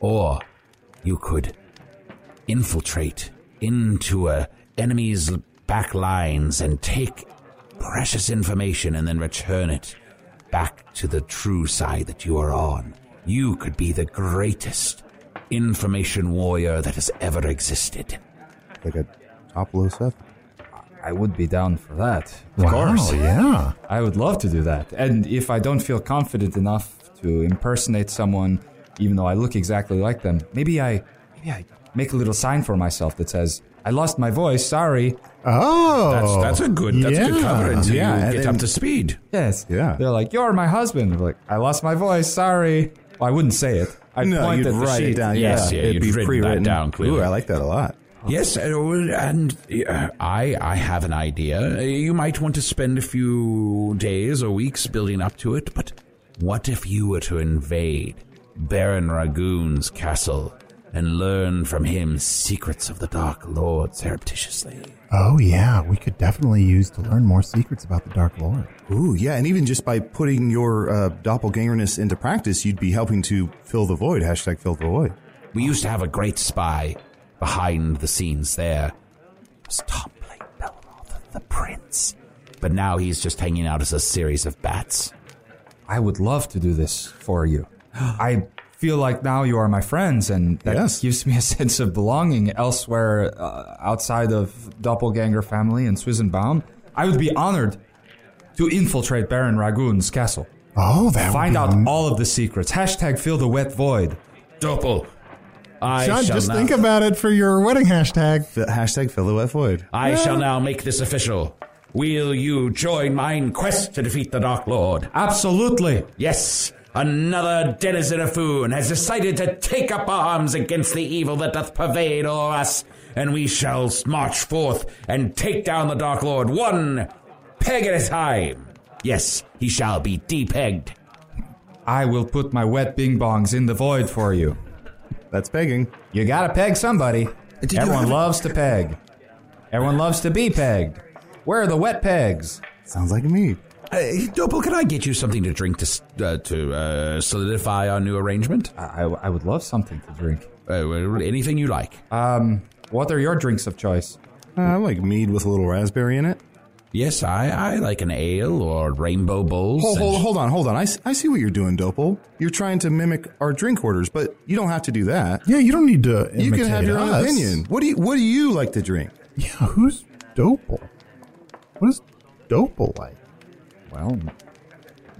Speaker 6: Or you could infiltrate into a enemy's back lines and take precious information and then return it back to the true side that you are on. You could be the greatest information warrior that has ever existed.
Speaker 5: Like a top low stuff.
Speaker 7: I would be down for that. Of
Speaker 4: wow,
Speaker 7: course.
Speaker 4: yeah.
Speaker 7: I would love to do that. And if I don't feel confident enough to impersonate someone, even though I look exactly like them, maybe I, maybe I make a little sign for myself that says, "I lost my voice. Sorry."
Speaker 4: Oh,
Speaker 6: That's, that's a good that's a good cover until
Speaker 5: Yeah,
Speaker 6: you
Speaker 5: and
Speaker 6: get
Speaker 5: then-
Speaker 6: up to speed.
Speaker 7: Yes.
Speaker 5: Yeah.
Speaker 7: They're like, "You're my husband." I'm like, "I lost my voice. Sorry." Well, I wouldn't say it. I'd
Speaker 5: no,
Speaker 7: point
Speaker 5: you'd
Speaker 7: at the
Speaker 5: write
Speaker 7: sheet.
Speaker 5: it down.
Speaker 6: Yes,
Speaker 5: yeah,
Speaker 6: yeah,
Speaker 5: it'd
Speaker 6: you'd
Speaker 5: be
Speaker 6: written that
Speaker 5: pre-written
Speaker 6: down clearly.
Speaker 5: Ooh, I like that a lot.
Speaker 6: Yes, uh, well, and uh, I I have an idea. You might want to spend a few days or weeks building up to it, but what if you were to invade Baron Ragoon's castle and learn from him secrets of the Dark Lord surreptitiously.
Speaker 4: Oh yeah, we could definitely use to learn more secrets about the Dark Lord.
Speaker 5: Ooh, yeah, and even just by putting your uh, doppelgangerness into practice, you'd be helping to fill the void. Hashtag fill the void.
Speaker 6: We used to have a great spy behind the scenes there. It was Tom Blake Belroth, the prince. But now he's just hanging out as a series of bats.
Speaker 7: I would love to do this for you. I feel like now you are my friends, and that gives me a sense of belonging elsewhere uh, outside of Doppelganger family and Swizenbaum. I would be honored to infiltrate Baron Ragoon's castle.
Speaker 4: Oh, that would
Speaker 7: Find
Speaker 4: be
Speaker 7: out all of the secrets. Hashtag fill the wet void.
Speaker 6: Doppel. I
Speaker 4: Sean,
Speaker 6: shall
Speaker 4: just
Speaker 6: now-
Speaker 4: think about it for your wedding hashtag.
Speaker 5: hashtag fill the wet void.
Speaker 6: I
Speaker 4: Yeah.
Speaker 6: shall now make this official. Will you join mine quest to defeat the Dark Lord?
Speaker 7: Absolutely.
Speaker 6: Yes. Another denizen of Foon has decided to take up arms against the evil that doth pervade all us, and we shall march forth and take down the Dark Lord one peg at a time. Yes, he shall be depegged.
Speaker 7: I will put my wet bing bongs in the void for you.
Speaker 5: That's pegging.
Speaker 7: You gotta peg somebody.
Speaker 5: you
Speaker 7: Everyone
Speaker 5: have-
Speaker 7: loves to peg. Everyone loves to be pegged. Where are the wet pegs?
Speaker 5: Sounds like me.
Speaker 6: Hey, Doppel, can I get you something to drink to s- uh, to uh, solidify our new arrangement?
Speaker 7: I, I would love something to drink.
Speaker 6: Uh, well, anything you like.
Speaker 7: Um, what are your drinks of choice?
Speaker 5: Uh, I like mead with a little raspberry in it.
Speaker 6: Yes, I, I like an ale or rainbow bowls.
Speaker 5: Hold,
Speaker 6: and-
Speaker 5: hold, hold on, hold on. I, s- I see what you're doing, Doppel. You're trying to mimic our drink orders, but you don't have to do that.
Speaker 4: Yeah, you don't need to.
Speaker 5: You can have
Speaker 4: imitate
Speaker 5: your own
Speaker 4: us.
Speaker 5: opinion. What do you What do you like to drink?
Speaker 4: Yeah, who's Dopel? What is Dopel like?
Speaker 7: Well,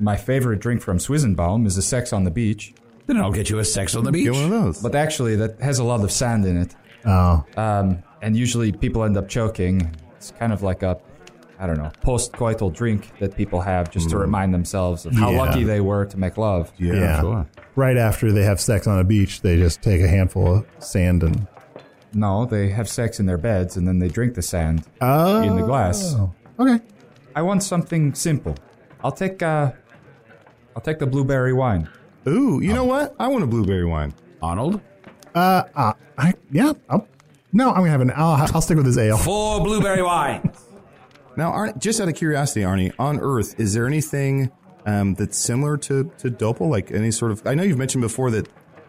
Speaker 7: my favorite drink from Swizenbaum is a sex on the beach.
Speaker 6: Then I'll get you a sex on the beach.
Speaker 5: those.
Speaker 7: But actually, that has a lot of sand in it.
Speaker 4: Oh,
Speaker 7: Um, and usually people end up choking. It's kind of like a, I don't know, post-coital drink that people have just to remind themselves of how
Speaker 4: Yeah.
Speaker 7: lucky they were to make love.
Speaker 4: yeah, Right after they have sex on a beach, they just take a handful of sand and
Speaker 7: No, they have sex in their beds and then they drink the sand
Speaker 4: oh,
Speaker 7: in the glass.
Speaker 4: Okay,
Speaker 7: I want something simple. I'll take uh, I'll take the blueberry wine.
Speaker 5: Ooh, you know what? I want a blueberry wine.
Speaker 6: Arnold?
Speaker 4: Um, uh, uh I, yeah, I'll, no, I'm gonna have an. I'll, I'll stick with this ale.
Speaker 6: Four blueberry wine.
Speaker 5: Now, Arnie, just out of curiosity, Arnie, on Earth, is there anything um, that's similar to to Doppel? Like any sort of? I know you've mentioned before that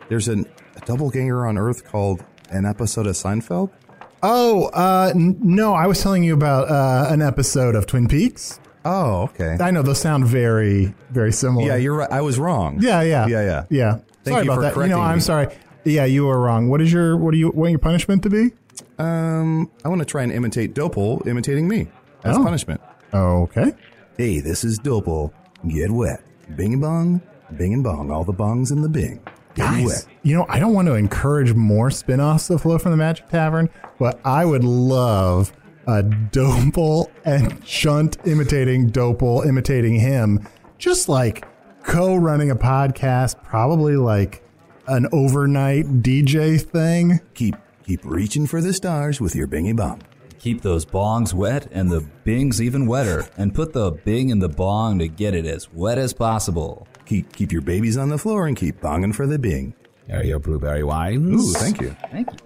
Speaker 5: there's an, a doppelganger on Earth called an episode of Seinfeld.
Speaker 4: Oh, uh, n- no, I was telling you about uh, an episode of Twin Peaks.
Speaker 5: Oh, okay.
Speaker 4: I know those sound very, very similar.
Speaker 5: Yeah, you're right. I was wrong.
Speaker 4: Yeah, yeah,
Speaker 5: yeah, yeah.
Speaker 4: yeah.
Speaker 5: Thank
Speaker 4: sorry
Speaker 5: you
Speaker 4: about
Speaker 5: for
Speaker 4: that. You know,
Speaker 5: correcting
Speaker 4: I'm
Speaker 5: me.
Speaker 4: sorry. Yeah, you were wrong. What is your what do you want your punishment to be?
Speaker 5: Um, I want to try and imitate Doppel imitating me as
Speaker 4: Oh.
Speaker 5: punishment.
Speaker 4: Okay.
Speaker 5: Hey, this is Doppel. Get wet. Bing and bong, bing and bong. All the bongs in the bing. Get wet.
Speaker 4: Guys, you know, I don't want to encourage more spin-offs of Flow from the Magic Tavern, but I would love a Dopel and Chunt imitating Dopel, imitating him, just like co-running a podcast, probably like an overnight DJ thing.
Speaker 5: Keep keep reaching for the stars with your bingy bong.
Speaker 11: Keep those bongs wet and the bings even wetter, and put the bing in the bong to get it as wet as possible.
Speaker 5: Keep keep your babies on the floor and keep bonging for the bing.
Speaker 6: There are your blueberry wines.
Speaker 5: Ooh, thank you.
Speaker 11: Thank you.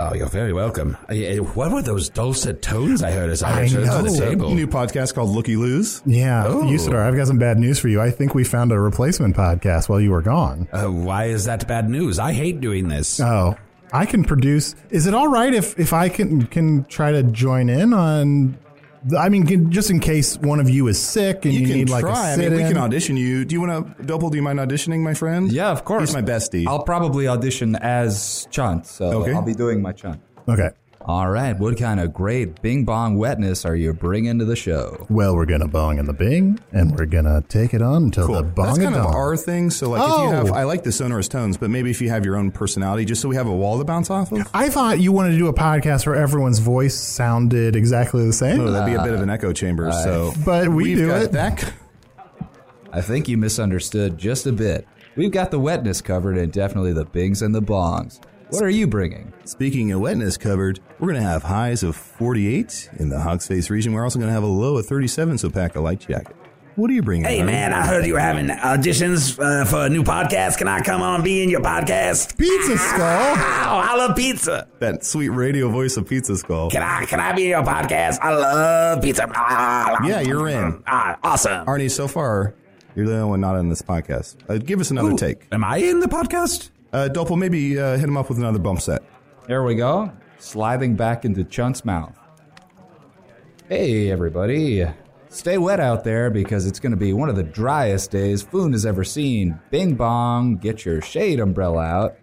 Speaker 6: Oh, you're very welcome. Uh, uh, What were those dulcet tones I heard as I
Speaker 4: I
Speaker 6: returned to
Speaker 4: know.
Speaker 6: the table?
Speaker 5: New podcast called Looky Lose.
Speaker 4: Yeah,
Speaker 6: Oh.
Speaker 4: Usador, I've got some bad news for you. I think we found a replacement podcast while you were gone.
Speaker 6: Uh, why is that bad news? I hate doing this.
Speaker 4: Oh, I can produce. Is it all right if if I can can try to join in on? I mean, can, just in case one of you is sick and you,
Speaker 5: You can
Speaker 4: need like
Speaker 5: try.
Speaker 4: a
Speaker 5: I
Speaker 4: sit
Speaker 5: mean, we
Speaker 4: in.
Speaker 5: can audition you. Do you want to double? Do you mind auditioning, my friend?
Speaker 7: Yeah, of course.
Speaker 5: He's my bestie.
Speaker 7: I'll probably audition as Chunt, so
Speaker 5: Okay.
Speaker 7: I'll be doing my Chunt.
Speaker 4: Okay.
Speaker 11: All right, what kind of great bing bong wetness are you bringing to the show?
Speaker 4: Well, we're gonna bong in the bing, and we're gonna take it on until the bong
Speaker 5: That's kind
Speaker 4: dong.
Speaker 5: of our thing. So, like, if
Speaker 4: Oh.
Speaker 5: you have, I like the sonorous tones, but maybe if you have your own personality, just so we have a wall to bounce off of,
Speaker 4: I thought you wanted to do a podcast where everyone's voice sounded exactly the same.
Speaker 5: oh, that'd be a bit of an echo chamber. so,
Speaker 4: But we
Speaker 5: we've
Speaker 4: do
Speaker 5: got
Speaker 4: it.
Speaker 5: That
Speaker 11: I think you misunderstood just a bit. We've got the wetness covered and definitely the bings and the bongs. What are you bringing?
Speaker 5: Speaking of wetness covered, we're going to have highs of 48 in the Hawks Face region. We're also going to have a low of 37, so pack a light jacket. What are you bringing?
Speaker 12: Hey, man, I heard you were having auditions uh, for a new podcast. Can I come on and be in your podcast?
Speaker 4: Pizza Skull.
Speaker 12: I love pizza.
Speaker 5: That sweet radio voice of Pizza Skull.
Speaker 12: Can I can I be in your podcast? I love pizza.
Speaker 5: Yeah, you're in.
Speaker 12: Ah, awesome.
Speaker 5: Arnie, so far, you're the only one not in this podcast. Uh, give us another
Speaker 12: Ooh,
Speaker 5: take.
Speaker 12: Am I in the podcast?
Speaker 5: Uh, Doppel, maybe uh, hit him up with another bump set.
Speaker 7: There we go. Sliding back into Chunt's mouth. Hey, everybody. Stay wet out there because it's going to be one of the driest days Foon has ever seen. Bing bong, get your shade umbrella out.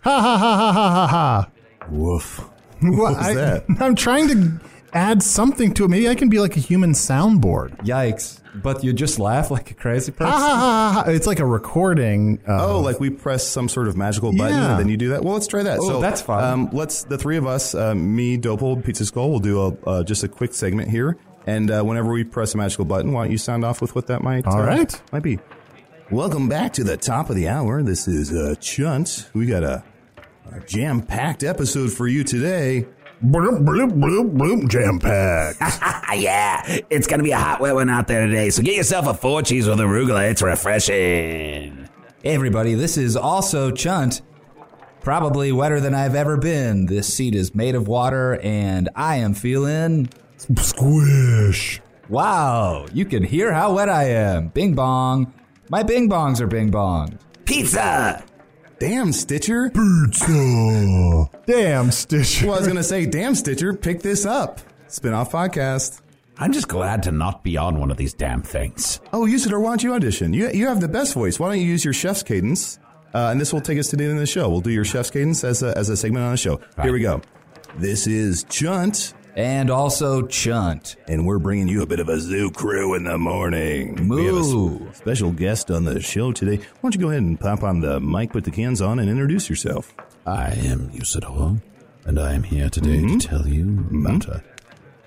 Speaker 4: Ha ha ha ha ha ha ha.
Speaker 5: Woof.
Speaker 4: What
Speaker 5: was that?
Speaker 4: I'm trying to add something to it. Maybe I can be like a human soundboard.
Speaker 7: Yikes. But you just laugh like a crazy
Speaker 4: Ha
Speaker 7: person.
Speaker 4: ha ha ha. ha. It's like a recording. Uh,
Speaker 5: Oh, like we press some sort of magical button
Speaker 4: Yeah.
Speaker 5: and then you do that. Well, let's try that.
Speaker 7: Oh,
Speaker 5: so
Speaker 7: that's fun.
Speaker 5: Um, let's the three of us, um, me, Doppel, Pizza Skull, will do a uh, just a quick segment here. And uh, whenever we press a magical button, why don't you sound off with what that might?
Speaker 4: All
Speaker 5: uh,
Speaker 4: right.
Speaker 5: might be. Welcome back to the top of the hour. This is uh, Chunt. We got a, a jam-packed episode for you today.
Speaker 4: Bloop, bloop, bloop, bloop, jam packed.
Speaker 5: Ah.
Speaker 12: Ah, yeah, it's gonna be a hot wet one out there today. So get yourself a four cheese with arugula. It's refreshing.
Speaker 7: Hey, everybody, this is also Chunt. Probably wetter than I've ever been. This seat is made of water, and I am feeling.
Speaker 4: Squish.
Speaker 7: Wow, you can hear how wet I am. Bing bong. My bing bongs are bing bong.
Speaker 12: Pizza.
Speaker 5: Damn Stitcher.
Speaker 4: Pizza. Damn, Stitcher.
Speaker 5: Well, I was gonna say, damn Stitcher, pick this up. Spinoff podcast.
Speaker 12: I'm just glad to not be on one of these damn things.
Speaker 5: Oh, use it or why don't you audition? You, you have the best voice. Why don't you use your chef's cadence? Uh, and this will take us to the end of the show. We'll do your chef's cadence as a, as a segment on the show. Here we go. This is Chunt,
Speaker 7: And also Chunt.
Speaker 5: and we're bringing you a bit of a zoo crew in the morning. We have a
Speaker 7: Moo.
Speaker 5: s- special guest on the show today. Why don't you go ahead and pop on the mic, put the cans on, and introduce yourself?
Speaker 6: I am Usador, and I am here today
Speaker 4: Mm-hmm.
Speaker 6: to tell you about a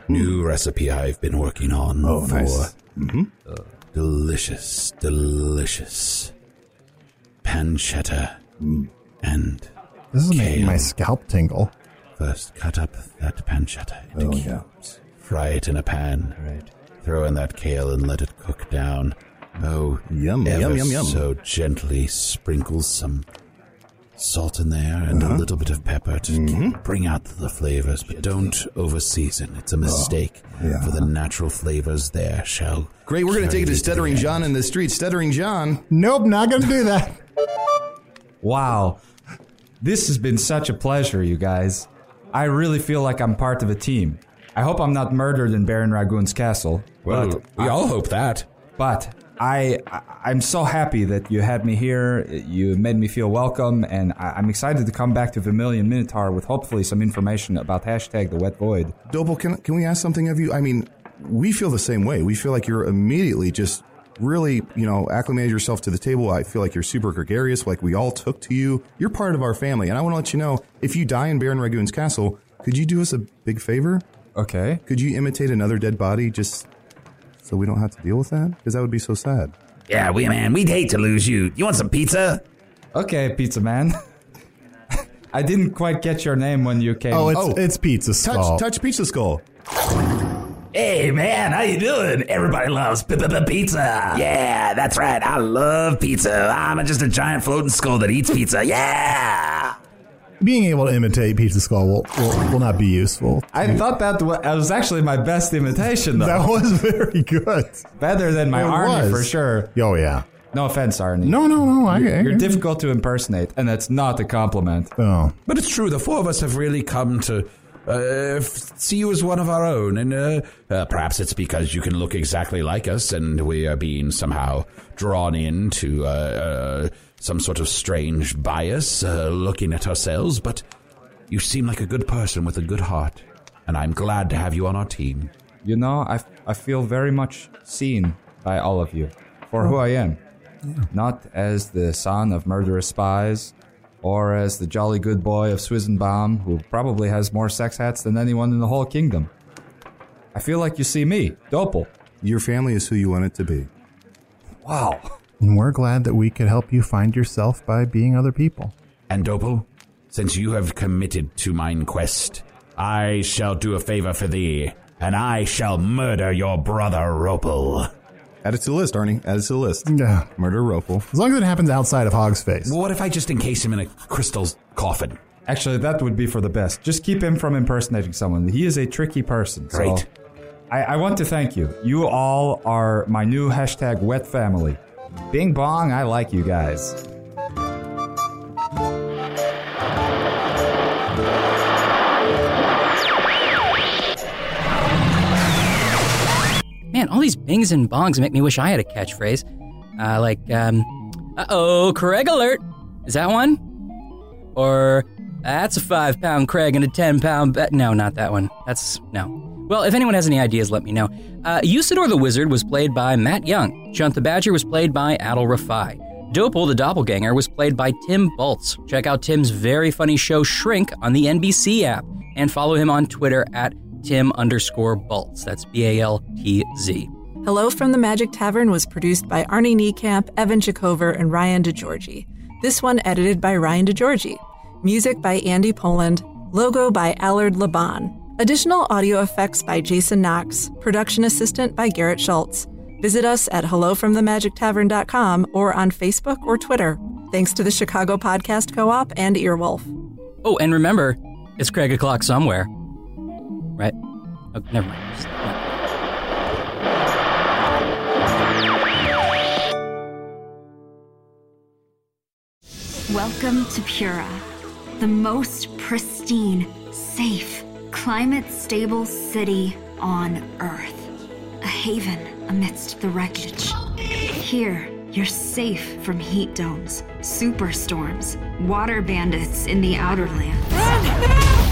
Speaker 6: new recipe I've been working on
Speaker 4: Oh,
Speaker 6: for uh, delicious, delicious pancetta. And
Speaker 4: This is making my scalp tingle.
Speaker 6: first, cut up that pancetta
Speaker 5: Oh,
Speaker 6: into cubes, fry it in a pan, throw in that kale, and let it cook down. Oh,
Speaker 5: Yum,
Speaker 6: ever
Speaker 5: yum, yum, yum.
Speaker 6: So gently sprinkle some salt in there and
Speaker 5: Uh-huh.
Speaker 6: a little bit of pepper to
Speaker 5: Mm-hmm.
Speaker 6: bring out the flavors, but don't over season. It's a mistake
Speaker 4: Oh,
Speaker 6: for the natural flavors there. Shall
Speaker 5: Great, we're going to
Speaker 6: carry
Speaker 5: take it
Speaker 6: you
Speaker 5: to
Speaker 6: the
Speaker 5: Stuttering
Speaker 6: end.
Speaker 5: John in the street. Stuttering John.
Speaker 4: Nope, not gonna do that.
Speaker 7: Wow. This has been such a pleasure, you guys. I really feel like I'm part of a team. I hope I'm not murdered in Baron Ragoon's castle.
Speaker 12: Well, we all hope that.
Speaker 7: But I, I I'm so happy that you had me here. You made me feel welcome, and I, I'm excited to come back to Vermilion Minotaur with hopefully some information about hashtag the Wet Void.
Speaker 5: Doble, can can we ask something of you? I mean, we feel the same way. We feel like you're immediately just really, you know, acclimated yourself to the table. I feel like you're super gregarious, like we all took to you. You're part of our family, and I want to let you know if you die in Baron Ragoon's castle, could you do us a big favor?
Speaker 7: Okay.
Speaker 5: Could you imitate another dead body just so we don't have to deal with that? Because that would be so sad.
Speaker 12: Yeah, we man, we'd hate to lose you. You want some pizza?
Speaker 7: Okay, Pizza Man. I didn't quite get your name when you came.
Speaker 4: Oh, it's
Speaker 5: Oh.
Speaker 4: it's pizza
Speaker 5: Touch,
Speaker 4: skull.
Speaker 5: touch Pizza Skull.
Speaker 12: Hey man, how you doing? Everybody loves p- p- p- pizza. Yeah, that's right. I love pizza. I'm just a giant floating skull that eats pizza. Yeah.
Speaker 4: Being able to imitate pizza skull will, will, will not be useful.
Speaker 7: I thought that wa- that was actually my best imitation, though.
Speaker 4: That was very good.
Speaker 7: Better than my
Speaker 4: It
Speaker 7: Arnie
Speaker 4: was.
Speaker 7: for sure.
Speaker 4: Oh yeah.
Speaker 7: No offense, Arnie.
Speaker 4: No, no, no. I, I,
Speaker 7: You're difficult to impersonate, and that's not a compliment.
Speaker 4: Oh.
Speaker 6: But it's true. The four of us have really come to uh, f- see you as one of our own, and uh, uh, perhaps it's because you can look exactly like us, and we are being somehow drawn into uh, uh, some sort of strange bias, uh, looking at ourselves. But you seem like a good person with a good heart, and I'm glad to have you on our team.
Speaker 7: You know, I, I feel very much seen by all of you for who I am. Not as the son of murderous spies, or as the jolly good boy of Swizenbaum, who probably has more sex hats than anyone in the whole kingdom. I feel like you see me, Doppel.
Speaker 5: Your family is who you want it to be.
Speaker 7: Wow.
Speaker 4: And we're glad that we could help you find yourself by being other people.
Speaker 12: And Doppel, since you have committed to mine quest, I shall do a favor for thee, and I shall murder your brother Ropel.
Speaker 5: Add it to the list, Arnie. Add it to the list.
Speaker 4: Yeah.
Speaker 5: Murder Ropel.
Speaker 4: As long as it happens outside of Hog's face.
Speaker 10: Well, what if I just encase him in a crystal coffin?
Speaker 11: Actually, that would be for the best. Just keep him from impersonating someone. He is a tricky person. so-
Speaker 10: Great.
Speaker 11: I, I want to thank you. You all are my new hashtag wet family. Bing bong, I like you guys.
Speaker 2: Man, all these bings and bongs make me wish I had a catchphrase. Uh, like, um, uh oh, Craig alert. Is that one? Or, that's a five pound Craig and a 10 pound bet. No, not that one. That's, no. Well, if anyone has any ideas, let me know. Uh, Usador the Wizard was played by Matt Young. Chunt the Badger was played by Adel Rafai. Dopel the Doppelganger was played by Tim Boltz. Check out Tim's very funny show Shrink on the NBC app and follow him on Twitter at Tim underscore Baltz. That's B A L T Z.
Speaker 1: Hello from the Magic Tavern was produced by Arnie Niekamp, Evan Chikover, and Ryan DeGiorgi. This one edited by Ryan DeGiorgi. Music by Andy Poland. Logo by Allard Laban. Additional audio effects by Jason Knox. Production assistant by Garrett Schultz. Visit us at hellofromthemagictavern.com or on Facebook or Twitter. Thanks to the Chicago Podcast Co-op and Earwolf.
Speaker 2: Oh, and remember, it's Craig O'Clock somewhere. Right? Oh, never mind.
Speaker 13: Welcome to Pura, the most pristine, safe, climate stable city on Earth. A haven amidst the wreckage. Here, you're safe from heat domes, superstorms, water bandits in the outer lands.